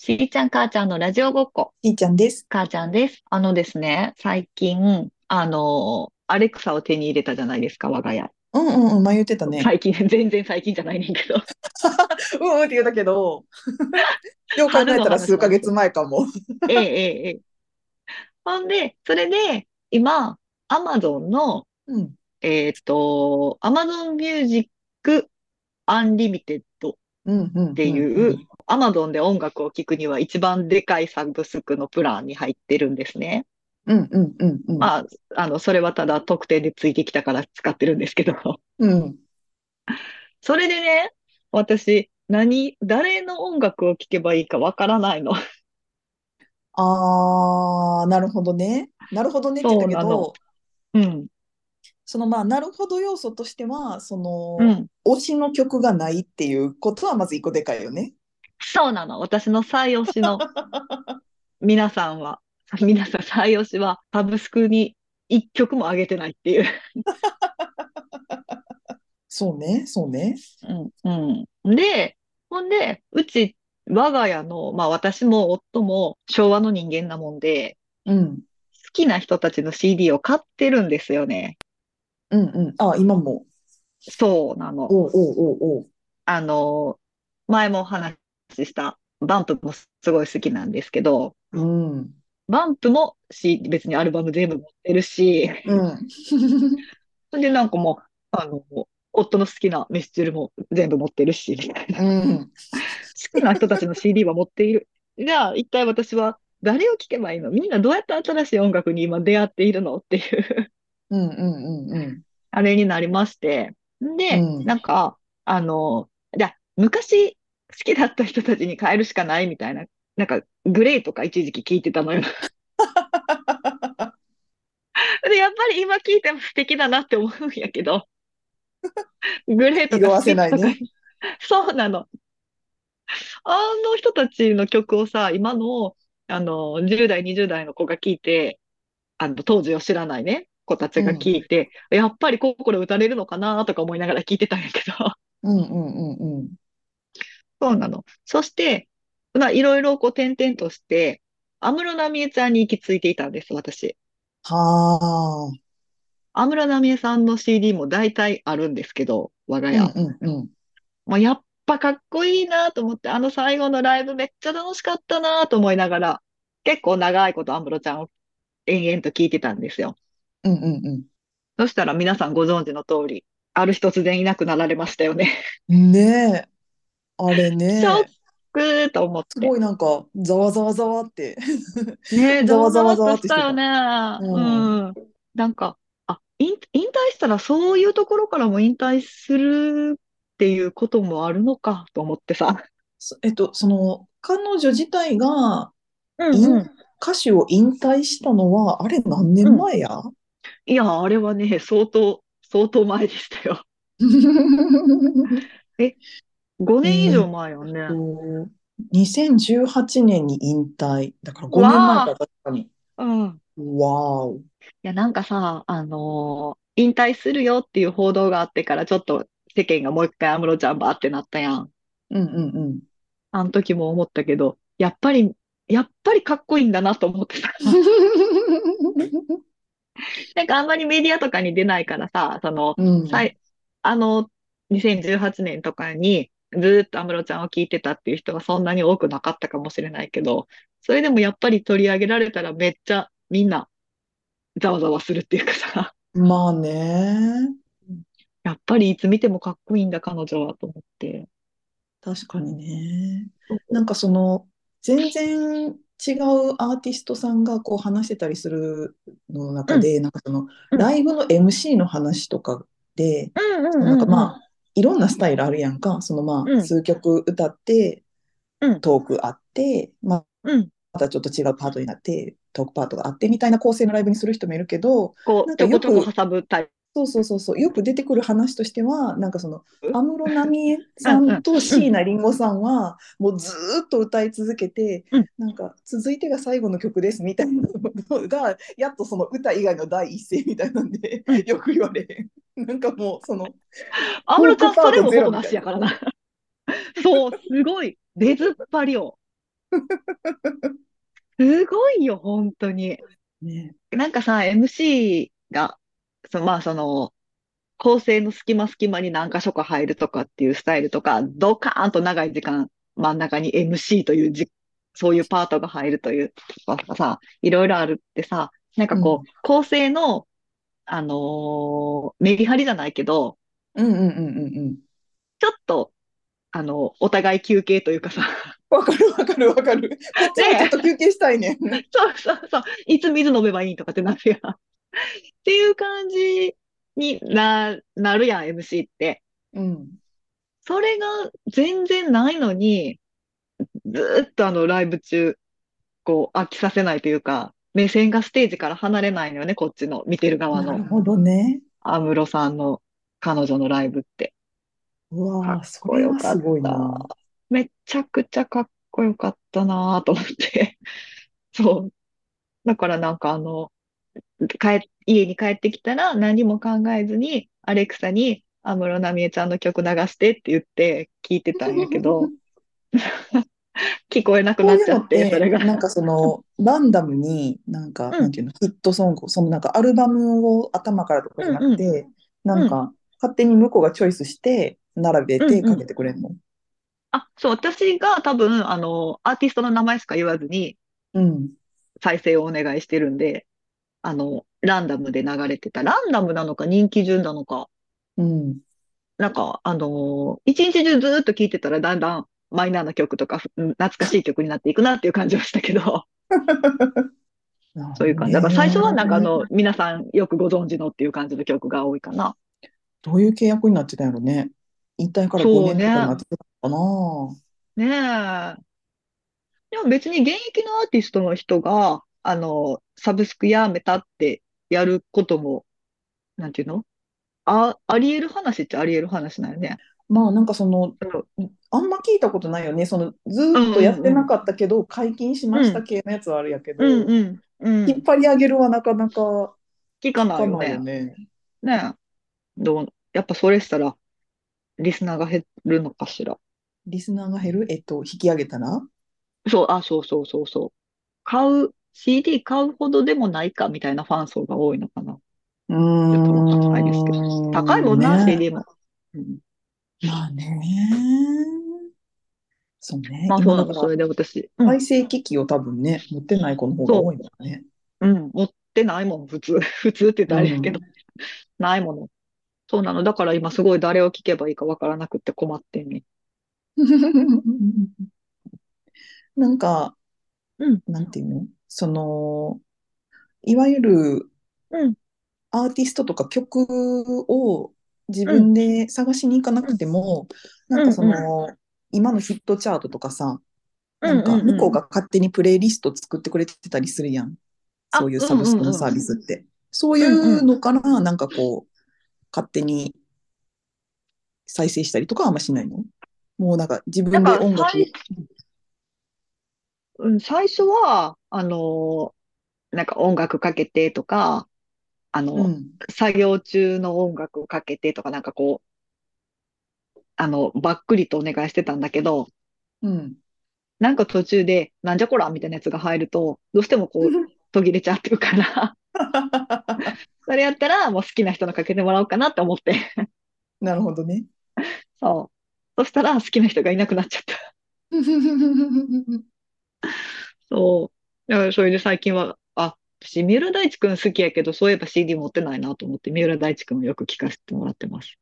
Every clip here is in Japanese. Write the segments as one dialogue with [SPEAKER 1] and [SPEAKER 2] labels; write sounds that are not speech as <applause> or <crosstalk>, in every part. [SPEAKER 1] しーちゃん、母ちゃんのラジオごっこ、
[SPEAKER 2] しーちゃんです。
[SPEAKER 1] 母ちゃんです。あのですね、最近、あの、アレクサを手に入れたじゃないですか、我が家。
[SPEAKER 2] うんうんうん、前言ってたね。
[SPEAKER 1] 最近、 <laughs> 全然最近じゃないねんけ
[SPEAKER 2] <laughs>
[SPEAKER 1] ど。
[SPEAKER 2] うんうんって言うた
[SPEAKER 1] <laughs>
[SPEAKER 2] けど、よう考えたら数ヶ月前かも。
[SPEAKER 1] ええ、ええ、ええ。ほんで、それで、今、アマゾンの、
[SPEAKER 2] うん。
[SPEAKER 1] えっと、アマゾンミュージックアンリミテッド。
[SPEAKER 2] うんうん。って
[SPEAKER 1] いう。アマゾンで音楽を聴くには一番でかいサブスクのプランに入ってるんですね。
[SPEAKER 2] うんうんうんうん。
[SPEAKER 1] まあ、あの、それはただ特典でついてきたから使ってるんですけど。
[SPEAKER 2] うん。
[SPEAKER 1] それでね、私、何、誰の音楽を聴けばいいかわからないの。
[SPEAKER 2] あー、なるほどね。なるほどねって言ったけ
[SPEAKER 1] そうなの
[SPEAKER 2] ど、
[SPEAKER 1] うん。
[SPEAKER 2] そのまあ、なるほど要素としては、その、
[SPEAKER 1] うん。
[SPEAKER 2] 推しの曲がないっていうことはまず一個でかいよね。
[SPEAKER 1] そうなの。私の最推 <laughs> しの皆さんは、皆さん最推しは、サブスクに一曲も上げてないっていう。
[SPEAKER 2] そうね、そうね。
[SPEAKER 1] うん。うん。で、ほんで、うち、我が家の、まあ私も夫も昭和の人間なもんで、
[SPEAKER 2] うん。
[SPEAKER 1] 好きな人たちの CD を買ってるんですよね。
[SPEAKER 2] うんうん。あ、今も。
[SPEAKER 1] そうなの。
[SPEAKER 2] おうおうおうおう。
[SPEAKER 1] あの、前もお話しした、バンプもすごい好きなんですけど、
[SPEAKER 2] うん。
[SPEAKER 1] バンプも C、別にアルバム全部持ってるし、
[SPEAKER 2] うん。
[SPEAKER 1] それでなんかもう、あの、夫の好きなミスチルも全部持ってるし、みたいな。
[SPEAKER 2] うん。
[SPEAKER 1] 好きな人たちの CD は持っている。じゃあ、一体私は誰を聴けばいいのみんなどうやって新しい音楽に今出会っているのっていう、
[SPEAKER 2] うんうんうんうん。
[SPEAKER 1] あれになりまして。で、
[SPEAKER 2] うん
[SPEAKER 1] なんか、あの、じゃあ昔好きだった人たちに変えるしかないみたいな、なんか、グレーとか一時期聞いてたのよ。 <laughs> で、やっぱり今聞いても素敵だなって思うんやけ
[SPEAKER 2] <laughs>
[SPEAKER 1] ど、グレーと
[SPEAKER 2] 色
[SPEAKER 1] か
[SPEAKER 2] 褪
[SPEAKER 1] スピ
[SPEAKER 2] せ
[SPEAKER 1] ッ
[SPEAKER 2] ない
[SPEAKER 1] ツとか
[SPEAKER 2] ね、
[SPEAKER 1] <laughs> そうなの。あの人たちの曲をさ、今の、あの、10代、20代の子が聞いて、あの、当時を知らないね、子たちが聞いて、やっぱり心打たれるのかなとか思いながら聞いてたんやけど。
[SPEAKER 2] うんうんうんうん。
[SPEAKER 1] そうなの。そして、まあ、いろいろこう、転々として、安室奈美恵ちゃんに行き着いていたんです、私。
[SPEAKER 2] はあ。
[SPEAKER 1] 安室奈美恵さんの CD も大体あるんですけど、我が家。
[SPEAKER 2] うんうんうん。
[SPEAKER 1] まあ、やっぱかっこいいなと思って、あの最後のライブめっちゃ楽しかったなと思いながら、結構長いこと安室ちゃんを延々と聞いてたんですよ。
[SPEAKER 2] うんうん
[SPEAKER 1] そしたら皆さんご存知の通り、ある日突然いなくなられましたよね。 <laughs>
[SPEAKER 2] うん。ねえ。あれね
[SPEAKER 1] ショックーと思っ
[SPEAKER 2] す
[SPEAKER 1] て。
[SPEAKER 2] ごいなんか、ざわざわざわって。
[SPEAKER 1] <laughs> ねえ、ざ
[SPEAKER 2] ざ
[SPEAKER 1] わざ
[SPEAKER 2] わざ
[SPEAKER 1] わと
[SPEAKER 2] わざわっ
[SPEAKER 1] し
[SPEAKER 2] てして
[SPEAKER 1] た
[SPEAKER 2] た
[SPEAKER 1] よね。
[SPEAKER 2] う
[SPEAKER 1] うん。なんか、あ、引、引退したらそういうところからも引退するっていうこともあるのかと思ってさ。
[SPEAKER 2] そえっと、その、彼女自体が
[SPEAKER 1] うん
[SPEAKER 2] う
[SPEAKER 1] ん。
[SPEAKER 2] ん歌手を引退したのは、あれ何年前や
[SPEAKER 1] いや、あれはね、相当、相当前でしたよ。5年以上前よね。
[SPEAKER 2] と2018年に引退。だから5年前か、確かに。
[SPEAKER 1] うん。い
[SPEAKER 2] わーお。
[SPEAKER 1] や、なんかさ、あのー引退するよっていう報道があってから、ちょっと世間がもう一回安室ちゃんばーってなったやん。
[SPEAKER 2] うんうんうん。
[SPEAKER 1] あの時も思ったけど、やっぱり、やっぱりかっこいいんだなと思ってさ。なんかあんまりメディアとかに出ないからさ、その、
[SPEAKER 2] うん
[SPEAKER 1] さい、あの、2018年とかにずーっと安室ちゃんを聞いてたっていう人がそんなに多くなかったかもしれないけど、それでもやっぱり取り上げられたらめっちゃみんなざわざわするっていうかさ、 <laughs>
[SPEAKER 2] まあね。
[SPEAKER 1] やっぱりいつ見てもかっこいいんだ彼女はと思って。
[SPEAKER 2] 確かにね。なんかその全然違うアーティストさんがこう話してたりするのの中で、なんかその
[SPEAKER 1] うん
[SPEAKER 2] ライブの MC の話とかで、
[SPEAKER 1] うんうん
[SPEAKER 2] なんかまあいろんなスタイルあるやんか。そのま
[SPEAKER 1] うん
[SPEAKER 2] あ数曲歌って
[SPEAKER 1] うん
[SPEAKER 2] トークあって、まあ
[SPEAKER 1] うん。
[SPEAKER 2] またちょっと違うパートになってトークパートがあってみたいな構成のライブにする人もいるけど、
[SPEAKER 1] こ
[SPEAKER 2] な
[SPEAKER 1] う、
[SPEAKER 2] ん
[SPEAKER 1] ち
[SPEAKER 2] か
[SPEAKER 1] ょこ
[SPEAKER 2] よ
[SPEAKER 1] ち
[SPEAKER 2] く
[SPEAKER 1] ょこ挟むタイ
[SPEAKER 2] そうそうそうそう、よく出てくる話としては、なんかその
[SPEAKER 1] うん
[SPEAKER 2] 安室奈美恵さんと椎名林檎さんは、もうずーっと歌い続けて
[SPEAKER 1] うん、
[SPEAKER 2] なんか続いてが最後の曲ですみたいなのが、やっとその歌以外の第一声みたいなんで
[SPEAKER 1] うん、
[SPEAKER 2] よく言われへん。なんかもう、その、
[SPEAKER 1] プ。安室ちゃん、
[SPEAKER 2] ト
[SPEAKER 1] そ
[SPEAKER 2] ークパート
[SPEAKER 1] れも
[SPEAKER 2] ゼロ
[SPEAKER 1] ほぼなしやからな。そう、すごい、出ずっぱりを。すごいよ、本当に。
[SPEAKER 2] ね。
[SPEAKER 1] なんかさ、MC が、その、まあその、構成の隙間隙間に何箇所か入るとかっていうスタイルとか、ドカーンと長い時間真ん中に MC というじ、そういうパートが入るというとかさ、いろいろあるってさ、なんかこう、構成の、あのーメリハリじゃないけど、
[SPEAKER 2] うんうんうんうんうん。
[SPEAKER 1] ちょっと、あの、お互い休憩というかさ、 <laughs>
[SPEAKER 2] わかるわかるわかる。こっちもちょっと休憩したいね。
[SPEAKER 1] そうそうそう。いつ水飲めばいいとかってなるやん。っていう感じにな、なるやん、MC って。
[SPEAKER 2] うん。
[SPEAKER 1] それが全然ないのに、ずーっとあのライブ中、こう飽きさせないというか、目線がステージから離れないのよね、こっちの、見てる側
[SPEAKER 2] なる
[SPEAKER 1] の、
[SPEAKER 2] ほどね。
[SPEAKER 1] 安室さんの彼女のライブって。
[SPEAKER 2] う
[SPEAKER 1] か
[SPEAKER 2] わ
[SPEAKER 1] っ
[SPEAKER 2] あ、そ
[SPEAKER 1] こ
[SPEAKER 2] れ
[SPEAKER 1] よ
[SPEAKER 2] は
[SPEAKER 1] かっ
[SPEAKER 2] すごいな。
[SPEAKER 1] た。めちゃくちゃかっこよかったなと思って。 <laughs> そう。だからなんかあの、帰、家に帰ってきたら何も考えずに、アレクサに安室奈美恵ちゃんの曲流してって言って聞いてたんやけど、 <laughs> 聞こえなく
[SPEAKER 2] こ
[SPEAKER 1] な
[SPEAKER 2] う
[SPEAKER 1] っ
[SPEAKER 2] いう
[SPEAKER 1] ちゃ
[SPEAKER 2] の
[SPEAKER 1] っ、
[SPEAKER 2] って
[SPEAKER 1] それ
[SPEAKER 2] て、
[SPEAKER 1] が。
[SPEAKER 2] なんかその、ランダムに、なんか、
[SPEAKER 1] うん
[SPEAKER 2] なんていうの、ヒットソング、そのなんかアルバムを頭からとかじゃなくて、なんか、勝手に向こうがチョイスして、並べ
[SPEAKER 1] うんう
[SPEAKER 2] て
[SPEAKER 1] ん
[SPEAKER 2] かけてくれるの。
[SPEAKER 1] あ、そう、私が多分、あの、アーティストの名前しか言わずに
[SPEAKER 2] うん。
[SPEAKER 1] 再生をお願いしてるんで、あの、ランダムで流れてた。ランダムなのか人気順なのか、
[SPEAKER 2] うん。
[SPEAKER 1] なんか、あの一日中ずーっと聴いてたらだんだんマイナーな曲とか、ふうん懐かしい曲になっていくなっていう感じはしたけど、 <laughs> そういう感じ。だから最初はなんかあの、皆さんよくご存知のっていう感じの曲が多いかな。
[SPEAKER 2] どういう契約になってたんやろね。引退から
[SPEAKER 1] そう
[SPEAKER 2] 5年と
[SPEAKER 1] ね
[SPEAKER 2] かになってたのかな。
[SPEAKER 1] ねえ。でも別に現役のアーティストの人が、あの、サブスクやめたってやることも、なんていうのあ、あり得る話っちゃあり得る話なんよね。
[SPEAKER 2] まあなんかその、
[SPEAKER 1] うん
[SPEAKER 2] あんま聞いたことないよね。その、ずーっとやってなかったけど、解禁しました系のやつはあるやけど、
[SPEAKER 1] うんうん。う
[SPEAKER 2] 引っ
[SPEAKER 1] ん。
[SPEAKER 2] 張り上げるはなかなか
[SPEAKER 1] 聞か
[SPEAKER 2] 聞
[SPEAKER 1] ない
[SPEAKER 2] か
[SPEAKER 1] よ
[SPEAKER 2] ないよ
[SPEAKER 1] ね。
[SPEAKER 2] ね。
[SPEAKER 1] ねえ。どう、やっぱそれしたら、リスナーが減るのかしら。
[SPEAKER 2] リスナーが減る、えっと、引き上げたら
[SPEAKER 1] そう、あ、そうそうそうそう。買う、CD 買うほどでもないかみたいなファン層が多いのかな。
[SPEAKER 2] う
[SPEAKER 1] ちょっとわかんないですけ
[SPEAKER 2] ーん。
[SPEAKER 1] 高いもんな、
[SPEAKER 2] ね
[SPEAKER 1] CD も。うん
[SPEAKER 2] まあね。そうね。
[SPEAKER 1] まあそうな
[SPEAKER 2] 今だ
[SPEAKER 1] の、
[SPEAKER 2] か
[SPEAKER 1] そ
[SPEAKER 2] ら、
[SPEAKER 1] れで私。うん
[SPEAKER 2] 再生機器を多分ね、持ってない子の方が多いもんね。 <laughs>
[SPEAKER 1] うん、持ってないもん、普通。 <laughs> 普通って言ったらあれやけど、ないもの。そうなの。だから今すごい誰を聞けばいいかわからなくって困ってんね。
[SPEAKER 2] うん。なんか、
[SPEAKER 1] うん、
[SPEAKER 2] なんていうのその、いわゆる
[SPEAKER 1] うん、
[SPEAKER 2] アーティストとか曲を自分で探しに行かなくても、なんかその、今のヒットチャートとかさ、なんか向こうが勝手にプレイリスト作ってくれてたりするやん。
[SPEAKER 1] あ
[SPEAKER 2] そういうサブスクのサービスって。そういうのから、なんかこう、勝手に再生したりとかはあんましないのもうなんか自分で音
[SPEAKER 1] なんか
[SPEAKER 2] 楽
[SPEAKER 1] 最うん、最初は、あのーなんか音楽かけてとか、あの、
[SPEAKER 2] うん。
[SPEAKER 1] 作業中の音楽かけてとか、なんかこう、あの、ばっくりとお願いしてたんだけど、
[SPEAKER 2] <laughs> うん。
[SPEAKER 1] なんか途中で、なんじゃこらみたいなやつが入ると、どうしてもこう、途切れちゃってるから、 <laughs> それやったら、もう好きな人のかけてもらおうかなって思って。 <laughs>
[SPEAKER 2] なるほど <laughs> ね。
[SPEAKER 1] そう。そしたら、好きな人がいなくなっちゃった。そう。だからそれで最近は、あ、私、三浦大知くん好きやけど、そういえば CD 持ってないなと思って、三浦大知くんをよく聞かせてもらってます。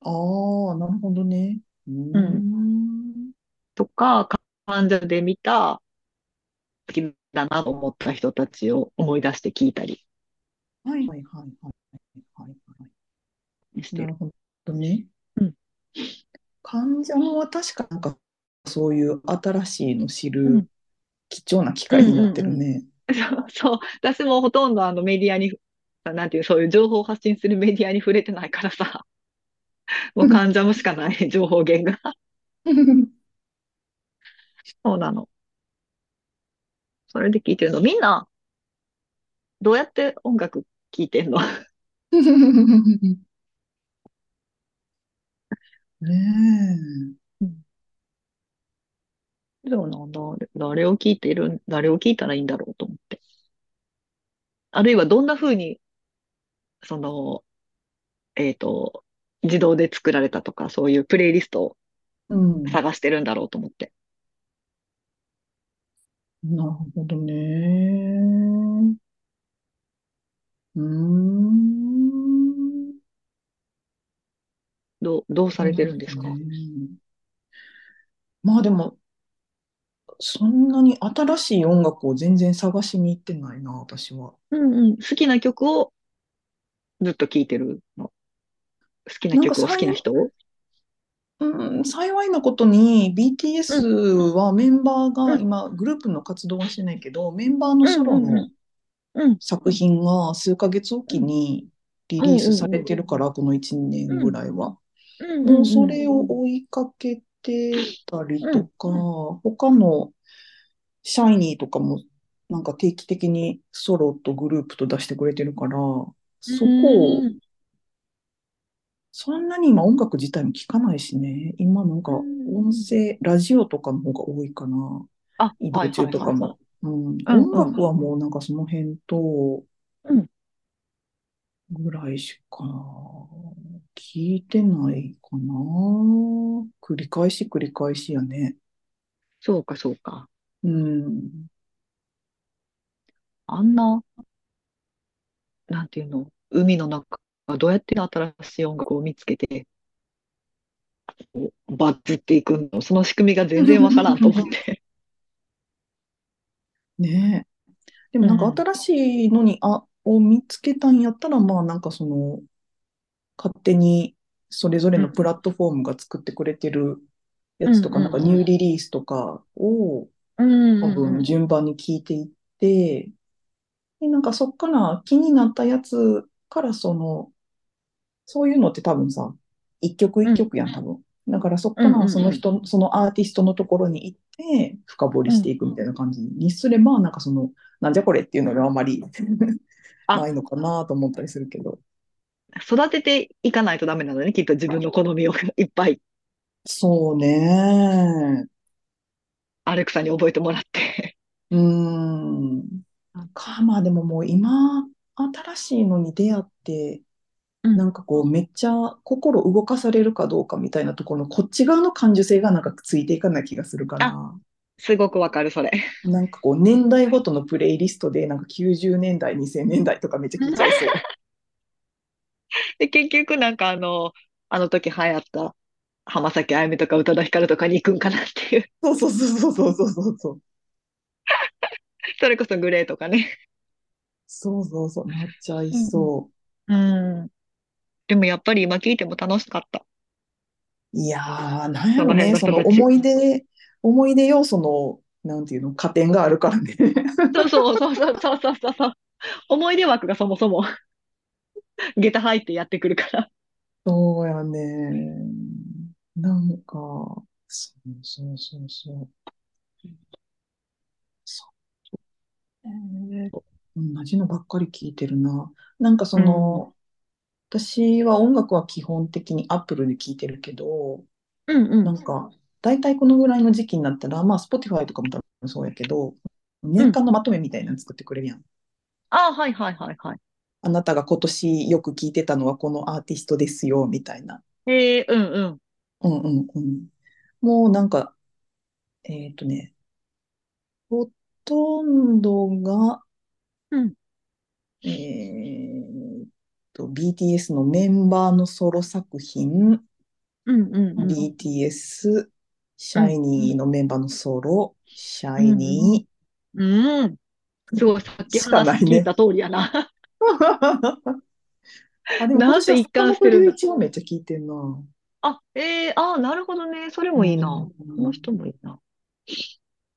[SPEAKER 2] ああ、なるほどね。うー。
[SPEAKER 1] うんとか、患者で見た、好きだなと思った人たちを思い出して聞いたり
[SPEAKER 2] はいはいはいはいはいはい。
[SPEAKER 1] して
[SPEAKER 2] な
[SPEAKER 1] る。
[SPEAKER 2] るほどね。
[SPEAKER 1] うん
[SPEAKER 2] 患者もは確かなんかそういう新しいの知
[SPEAKER 1] う
[SPEAKER 2] る
[SPEAKER 1] ん
[SPEAKER 2] 貴重な機会になってるね。
[SPEAKER 1] そう、 <laughs> そう私もほとんどあのメディアに、なんていう、そういう情報を発信するメディアに触れてないからさ、もう患者もしかない <laughs> 情報源が。そうなの。それで聞いてるの。みんな、どうやって音楽聞いてんの
[SPEAKER 2] ねえ。
[SPEAKER 1] そうなんだ。誰を聞いてる、誰を聞いたらいいんだろうと思って。あるいはどんな風に、その、えっと、自動で作られたとか、そういうプレイリストを
[SPEAKER 2] うん。
[SPEAKER 1] 探してるんだろうと思って。
[SPEAKER 2] なるほどね。うーん。
[SPEAKER 1] どう、どうさ
[SPEAKER 2] そう
[SPEAKER 1] れ
[SPEAKER 2] な
[SPEAKER 1] て
[SPEAKER 2] ん
[SPEAKER 1] る
[SPEAKER 2] で
[SPEAKER 1] んですす
[SPEAKER 2] ね。
[SPEAKER 1] か
[SPEAKER 2] まあでも、そんなに新しい音楽を全然探しに行ってないな、私は。
[SPEAKER 1] うんうん。好きな曲をずっと聴いてるの。好きな
[SPEAKER 2] なんか
[SPEAKER 1] 曲を好
[SPEAKER 2] 幸、
[SPEAKER 1] きない人を
[SPEAKER 2] うん、幸いなことに
[SPEAKER 1] うん、
[SPEAKER 2] BTS はメンバー
[SPEAKER 1] う
[SPEAKER 2] が
[SPEAKER 1] ん、
[SPEAKER 2] 今グループの活動はしてないけどメンバーの
[SPEAKER 1] う
[SPEAKER 2] ソ
[SPEAKER 1] ん、
[SPEAKER 2] ロ
[SPEAKER 1] うん、う
[SPEAKER 2] の
[SPEAKER 1] ん、うん、
[SPEAKER 2] 作品が数ヶ月おきに
[SPEAKER 1] う
[SPEAKER 2] リ
[SPEAKER 1] ん、
[SPEAKER 2] リー
[SPEAKER 1] う
[SPEAKER 2] スさ
[SPEAKER 1] ん、う
[SPEAKER 2] れ
[SPEAKER 1] ん、
[SPEAKER 2] てるからこの1
[SPEAKER 1] う
[SPEAKER 2] 年
[SPEAKER 1] ん、う
[SPEAKER 2] ぐ
[SPEAKER 1] ん、
[SPEAKER 2] らいは。
[SPEAKER 1] う
[SPEAKER 2] うん、
[SPEAKER 1] ん、う
[SPEAKER 2] そ
[SPEAKER 1] ん、
[SPEAKER 2] れを追いかけてたり
[SPEAKER 1] う
[SPEAKER 2] と
[SPEAKER 1] ん、
[SPEAKER 2] か他のシャイニーとかもなんか定期的にソロとグループと出してくれてるから
[SPEAKER 1] う
[SPEAKER 2] そこを
[SPEAKER 1] ん、
[SPEAKER 2] そんなに今音楽自体も聞かないしね。今なん
[SPEAKER 1] う
[SPEAKER 2] か音
[SPEAKER 1] ん。
[SPEAKER 2] 声、ラジオとかの方が多いかな。
[SPEAKER 1] あ、
[SPEAKER 2] 移
[SPEAKER 1] は
[SPEAKER 2] 動
[SPEAKER 1] い
[SPEAKER 2] 中
[SPEAKER 1] はい
[SPEAKER 2] と
[SPEAKER 1] は
[SPEAKER 2] か
[SPEAKER 1] いはい。
[SPEAKER 2] も。うん、
[SPEAKER 1] うんう
[SPEAKER 2] 音
[SPEAKER 1] ん
[SPEAKER 2] 楽はもうなんかその辺と
[SPEAKER 1] うん
[SPEAKER 2] ぐらいしか聞いてないかな。繰り返し繰り返しやね。
[SPEAKER 1] そうかそうか。
[SPEAKER 2] うん。
[SPEAKER 1] あんな、なんていうの、海の中、どうやって新しい音楽を見つけて、バズっていくの、その仕組みが全然わからんと思って。
[SPEAKER 2] ねえ。でも
[SPEAKER 1] う
[SPEAKER 2] なんか
[SPEAKER 1] ん、
[SPEAKER 2] 新しいのに、あ、を見つけたんやったら、まあなんかその、勝手にそれぞれ
[SPEAKER 1] う
[SPEAKER 2] の
[SPEAKER 1] ん、
[SPEAKER 2] プラットフォームが作ってくれてるや
[SPEAKER 1] う
[SPEAKER 2] つ
[SPEAKER 1] ん、
[SPEAKER 2] と
[SPEAKER 1] う
[SPEAKER 2] か、なんか
[SPEAKER 1] ん、
[SPEAKER 2] ニ
[SPEAKER 1] う
[SPEAKER 2] ュー
[SPEAKER 1] ん、
[SPEAKER 2] リリースとかを
[SPEAKER 1] うん、
[SPEAKER 2] 多
[SPEAKER 1] うん、う
[SPEAKER 2] 分
[SPEAKER 1] ん、
[SPEAKER 2] 順番に聞いていって、で、なんかそっから気になったやつからその、そういうのって多分さ、一曲
[SPEAKER 1] う
[SPEAKER 2] 一
[SPEAKER 1] ん、
[SPEAKER 2] 曲やん、多分。だからそっ
[SPEAKER 1] う
[SPEAKER 2] か
[SPEAKER 1] ん、
[SPEAKER 2] ら
[SPEAKER 1] う
[SPEAKER 2] その
[SPEAKER 1] ん、
[SPEAKER 2] 人、そのアーティストのところに行って、深掘り
[SPEAKER 1] う
[SPEAKER 2] して
[SPEAKER 1] ん。
[SPEAKER 2] いくみたいな感じにすれば、なんかその、なんじゃこれっていうのがあまり
[SPEAKER 1] あ、
[SPEAKER 2] <laughs> ないのかなと思ったりするけど。
[SPEAKER 1] 育てていかないとダメなのね、きっと自分の好みをいっぱい
[SPEAKER 2] そうね。
[SPEAKER 1] アレクサに覚えてもらって。
[SPEAKER 2] うーん。か、まあでももう今、新しいのに出会って、
[SPEAKER 1] うん、
[SPEAKER 2] なんかこう、めっちゃ心動かされるかどうかみたいなところの、こっち側の感受性がなんかついていかない気がするか
[SPEAKER 1] あ、
[SPEAKER 2] ら、
[SPEAKER 1] すごくわかる、それ。
[SPEAKER 2] なんかこう、年代ごとのプレイリストで、なんか90年代、2000年代とかめっちゃ聞いちゃいそ
[SPEAKER 1] で、結局なんかあの、あの時流行った浜崎あゆみとか宇多田ヒカルとかに行くんかなっていう。
[SPEAKER 2] う。そうそうそうそうそうそうそう。
[SPEAKER 1] それこそグレーとかね。
[SPEAKER 2] そうそうそう、なっちゃい
[SPEAKER 1] うん。
[SPEAKER 2] そう。
[SPEAKER 1] うんでもやっぱり今聞いても楽しかった。
[SPEAKER 2] いやー、なんや
[SPEAKER 1] その
[SPEAKER 2] ろ
[SPEAKER 1] 辺
[SPEAKER 2] ね、
[SPEAKER 1] の
[SPEAKER 2] そ
[SPEAKER 1] 人
[SPEAKER 2] の
[SPEAKER 1] たち。
[SPEAKER 2] 思い出、思い出要素の、なんていうの、加点があるからね。
[SPEAKER 1] そうそうそうそうそうそうそうそう。思い出枠がそもそも下駄入ってやってくるから。
[SPEAKER 2] そうやね。なんか、そうそうそうそう。
[SPEAKER 1] うん
[SPEAKER 2] そうね同じのばっかり聞いてるな。なんかそ
[SPEAKER 1] うん
[SPEAKER 2] の、私は音楽は基本的に Apple で聞いてるけど、
[SPEAKER 1] うんう
[SPEAKER 2] なんんか、大体このぐらいの時期になったら、まあ Spotify とかも多分そうやけど、
[SPEAKER 1] う
[SPEAKER 2] 年
[SPEAKER 1] ん。
[SPEAKER 2] 間のまとめみたいなの作ってくれるやん。
[SPEAKER 1] ああ、はいはいはいはい。
[SPEAKER 2] あなたが今年よく聞いてたのはこのアーティストですよ、みたいな。
[SPEAKER 1] ええうんうん。
[SPEAKER 2] うんうんうん。もうなんか、えっとね、ほとんどが、
[SPEAKER 1] うん。
[SPEAKER 2] えーっと、BTS のメンバーのソロ作品、
[SPEAKER 1] うんうんうん。
[SPEAKER 2] BTS、シ
[SPEAKER 1] う
[SPEAKER 2] ャ
[SPEAKER 1] ん。
[SPEAKER 2] イニーのメンバーのソロ、シャ
[SPEAKER 1] う
[SPEAKER 2] イ
[SPEAKER 1] んうん。
[SPEAKER 2] ニ
[SPEAKER 1] うん。すごい、さっ
[SPEAKER 2] ー
[SPEAKER 1] き
[SPEAKER 2] しかな
[SPEAKER 1] 話
[SPEAKER 2] い
[SPEAKER 1] 聞い
[SPEAKER 2] ね。
[SPEAKER 1] た通りやな。
[SPEAKER 2] <laughs> あ、でも今
[SPEAKER 1] なん
[SPEAKER 2] 年は
[SPEAKER 1] て一
[SPEAKER 2] 坂
[SPEAKER 1] 貫して
[SPEAKER 2] 本
[SPEAKER 1] るん
[SPEAKER 2] 龍
[SPEAKER 1] だ。
[SPEAKER 2] 一もめっちゃ聞いてんな。
[SPEAKER 1] <laughs> あ、ええああ、なるほどね。それ
[SPEAKER 2] う
[SPEAKER 1] もいいな。この人
[SPEAKER 2] ん。
[SPEAKER 1] もいいな。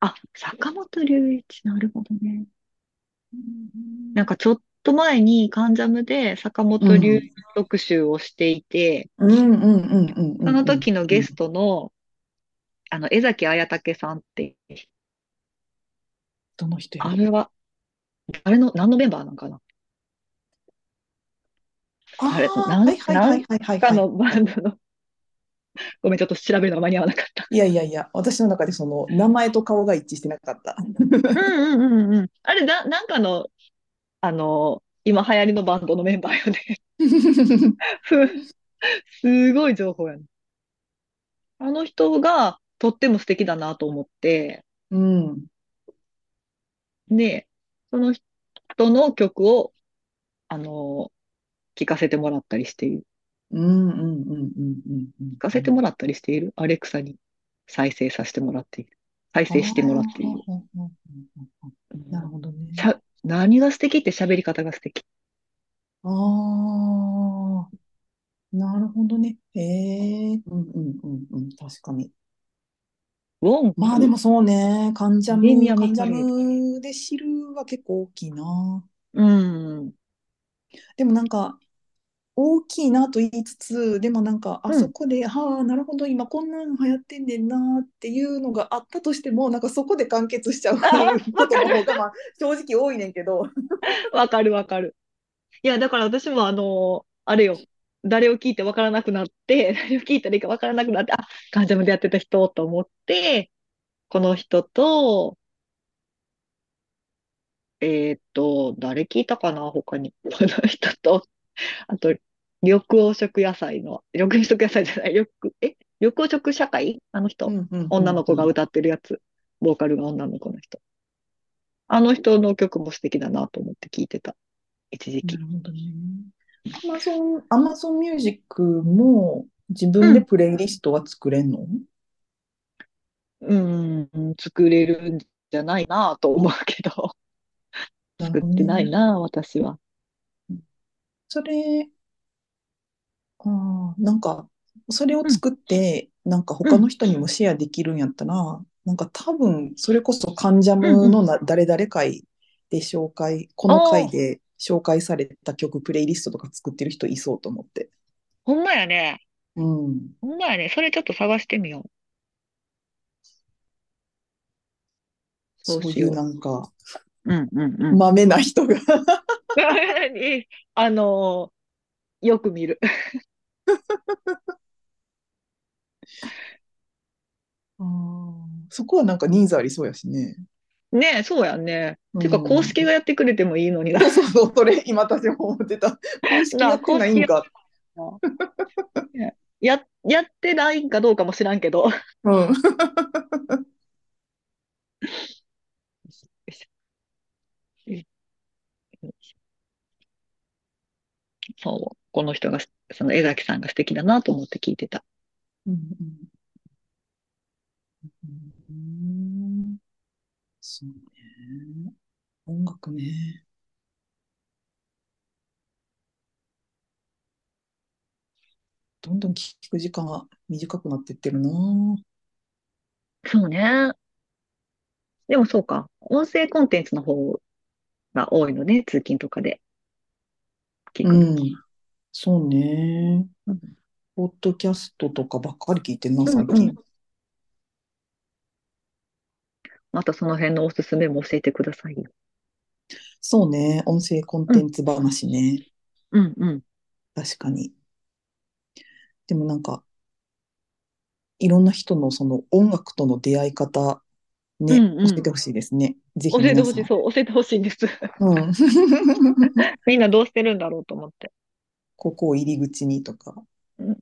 [SPEAKER 1] あ、坂本龍一、なるほどね。なんかちょっと前に関ジャムで坂
[SPEAKER 2] う
[SPEAKER 1] 本龍一
[SPEAKER 2] ん。
[SPEAKER 1] 特集をしていて、
[SPEAKER 2] うんうんうんうんう
[SPEAKER 1] そ
[SPEAKER 2] ん
[SPEAKER 1] の
[SPEAKER 2] うん。
[SPEAKER 1] 時の
[SPEAKER 2] う
[SPEAKER 1] ゲス
[SPEAKER 2] ん
[SPEAKER 1] トの、あの、江崎綾武さんって、
[SPEAKER 2] どの人や
[SPEAKER 1] あ
[SPEAKER 2] ろ
[SPEAKER 1] れは、あれの、何のメンバーなんかなあれ、
[SPEAKER 2] あ
[SPEAKER 1] な
[SPEAKER 2] あー、は
[SPEAKER 1] ん、
[SPEAKER 2] いはい
[SPEAKER 1] な
[SPEAKER 2] はい
[SPEAKER 1] ん
[SPEAKER 2] はいはい
[SPEAKER 1] か
[SPEAKER 2] はい。
[SPEAKER 1] のバンドのごめん、ちょっと調べるのが間に合わなかった。
[SPEAKER 2] いやいやいや、私の中でその名前と顔が一致してなかった。
[SPEAKER 1] うんうんうんうん。あれ、な、なんかの、あの、今流行りのバンドのメンバーよね。ふ <laughs> すごい情報やね。あの人がとっても素敵だなと思って、
[SPEAKER 2] うん。
[SPEAKER 1] で、その人の曲を、あの、聞かせてもらったりしている。
[SPEAKER 2] うんうんうんうんうんうん。
[SPEAKER 1] 聞かせてもらったりしている。アレクサに再生させてもらっている。再生してもらっている。
[SPEAKER 2] あーうんうんうんうん
[SPEAKER 1] うん
[SPEAKER 2] なるほどね。
[SPEAKER 1] しゃ何が素敵って喋り方が素敵。
[SPEAKER 2] ああ、なるほどね。へえ、うんうんうんうん、確かに。
[SPEAKER 1] ウォン
[SPEAKER 2] まあでもそうね、カンジャム、
[SPEAKER 1] ミレニアム
[SPEAKER 2] カンジャ
[SPEAKER 1] パレード
[SPEAKER 2] ムで知るは結構大きいな。
[SPEAKER 1] うん。
[SPEAKER 2] でもなんか、大きいなと言いつつ、でもなんか、あ
[SPEAKER 1] うん
[SPEAKER 2] そこで、はあ、なるほど、今こんなの流行ってんねんなっていうのがあったとしても、なんかそこで完結しちゃう
[SPEAKER 1] あー
[SPEAKER 2] ことの方が、まあ、正直多いねんけど。
[SPEAKER 1] <laughs> わかるわかる。いや、だから私もあの、あれよ。誰を聞いてわからなくなって、 <laughs> 誰を聞いたらいいかわからなくなって、あ、ガンジャムでやってた人と思って、この人と、えーっと、誰聞いたかな、他に。この人と、 <laughs> あと、緑黄色野菜の、緑黄色野菜じゃない、緑、え、緑黄色社会あの人。
[SPEAKER 2] うんうんうん
[SPEAKER 1] 女の子が
[SPEAKER 2] うん
[SPEAKER 1] 歌ってるやつ。ボーカルが女の子の人。あの人の曲も素敵だなと思って聞いてた。一時
[SPEAKER 2] な
[SPEAKER 1] 期。
[SPEAKER 2] るほどね。アマゾン、アマゾンミュージックも自分でプレイリストは作れんの、
[SPEAKER 1] うーん、作れるんじゃないなと思うけど。
[SPEAKER 2] な
[SPEAKER 1] 作
[SPEAKER 2] るほど
[SPEAKER 1] っ
[SPEAKER 2] ね
[SPEAKER 1] てないな、私は。
[SPEAKER 2] それ、ああ、なんか、それを作って、なんか他の人にもシェアできるんやったら、なんか多分、それこそ関ジャムのな誰々会で紹介、この回で紹介された曲、プレイリストとか作ってる人いそうと思って。
[SPEAKER 1] ほんまやね。
[SPEAKER 2] うん。
[SPEAKER 1] ほんまやね。それちょっと探してみよう。そう
[SPEAKER 2] そう
[SPEAKER 1] し
[SPEAKER 2] い
[SPEAKER 1] よ
[SPEAKER 2] う
[SPEAKER 1] う
[SPEAKER 2] なんか、
[SPEAKER 1] うんうんう
[SPEAKER 2] まめな人が。
[SPEAKER 1] あのーよく見る。
[SPEAKER 2] <laughs> あーそこはなんかニーズありそうやしね。
[SPEAKER 1] ねえ、そうやね。てか、
[SPEAKER 2] うん
[SPEAKER 1] 公式がやってくれてもいいのにな。
[SPEAKER 2] <laughs> そうそうそう、それ、今私も思ってた。公式やってないんか。
[SPEAKER 1] や、やってないんかどうかも知らんけど。 <laughs>
[SPEAKER 2] うん。
[SPEAKER 1] そう、この人が、その江崎さんが素敵だなと思って聞いてた。
[SPEAKER 2] うんうんうんそうね。音楽ね。どんどん聴く時間が短くなってってるな。
[SPEAKER 1] そうね。でもそうか、音声コンテンツの方が多いのね、通勤とかで聞く
[SPEAKER 2] う
[SPEAKER 1] の。
[SPEAKER 2] ん。そうね
[SPEAKER 1] うん。
[SPEAKER 2] ポッドキャストとかばっかり聞いてるな、
[SPEAKER 1] うん
[SPEAKER 2] 最近。
[SPEAKER 1] またその辺のおすすめも教えてくださいよ。
[SPEAKER 2] そうね。音声コンテンツ話ね。
[SPEAKER 1] うんうん。
[SPEAKER 2] 確かに。でもなんか、いろんな人のその音楽との出会い方、ね、
[SPEAKER 1] うんうん
[SPEAKER 2] 教えてほしいですね。ぜひ
[SPEAKER 1] 教えて
[SPEAKER 2] 皆
[SPEAKER 1] ほ
[SPEAKER 2] さ
[SPEAKER 1] しい、
[SPEAKER 2] ん。
[SPEAKER 1] そう、教えてほしいんです。 <laughs>
[SPEAKER 2] うん。 <laughs>
[SPEAKER 1] みんなどうしてるんだろうと思って。
[SPEAKER 2] ここを入り口にとか
[SPEAKER 1] うん。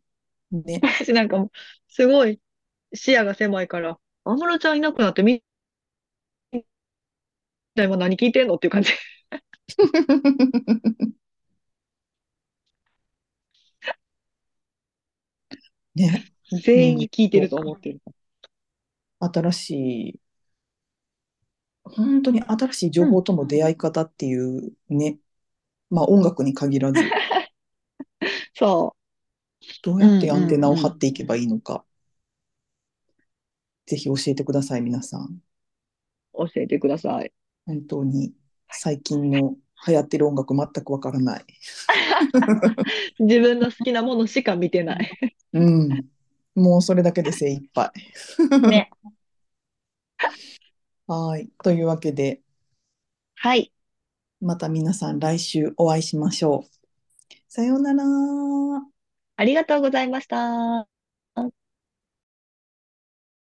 [SPEAKER 2] ね。 <laughs>
[SPEAKER 1] 私なんかもう、すごい視野が狭いから、安室ちゃんいなくなってみ、みんな今何聞いてんのっていう感じ。
[SPEAKER 2] ね。
[SPEAKER 1] 全員に聞いてると思ってる。
[SPEAKER 2] 新しい、本当に新しい情報との出会い方っていうね。まあ音楽に限らず、
[SPEAKER 1] そう。
[SPEAKER 2] どうやってアンテナを張っていけばいいのか。ぜひ教えてください、皆さん。
[SPEAKER 1] 教えてください。
[SPEAKER 2] 本当に最近の流行ってる音楽全くわからない。
[SPEAKER 1] 自分の好きなものしか見てない。
[SPEAKER 2] うん。もうそれだけで精一杯。
[SPEAKER 1] ね。
[SPEAKER 2] <laughs> はい。というわけで、
[SPEAKER 1] はい。
[SPEAKER 2] また皆さん来週お会いしましょう。さようなら。
[SPEAKER 1] ありがとうございました。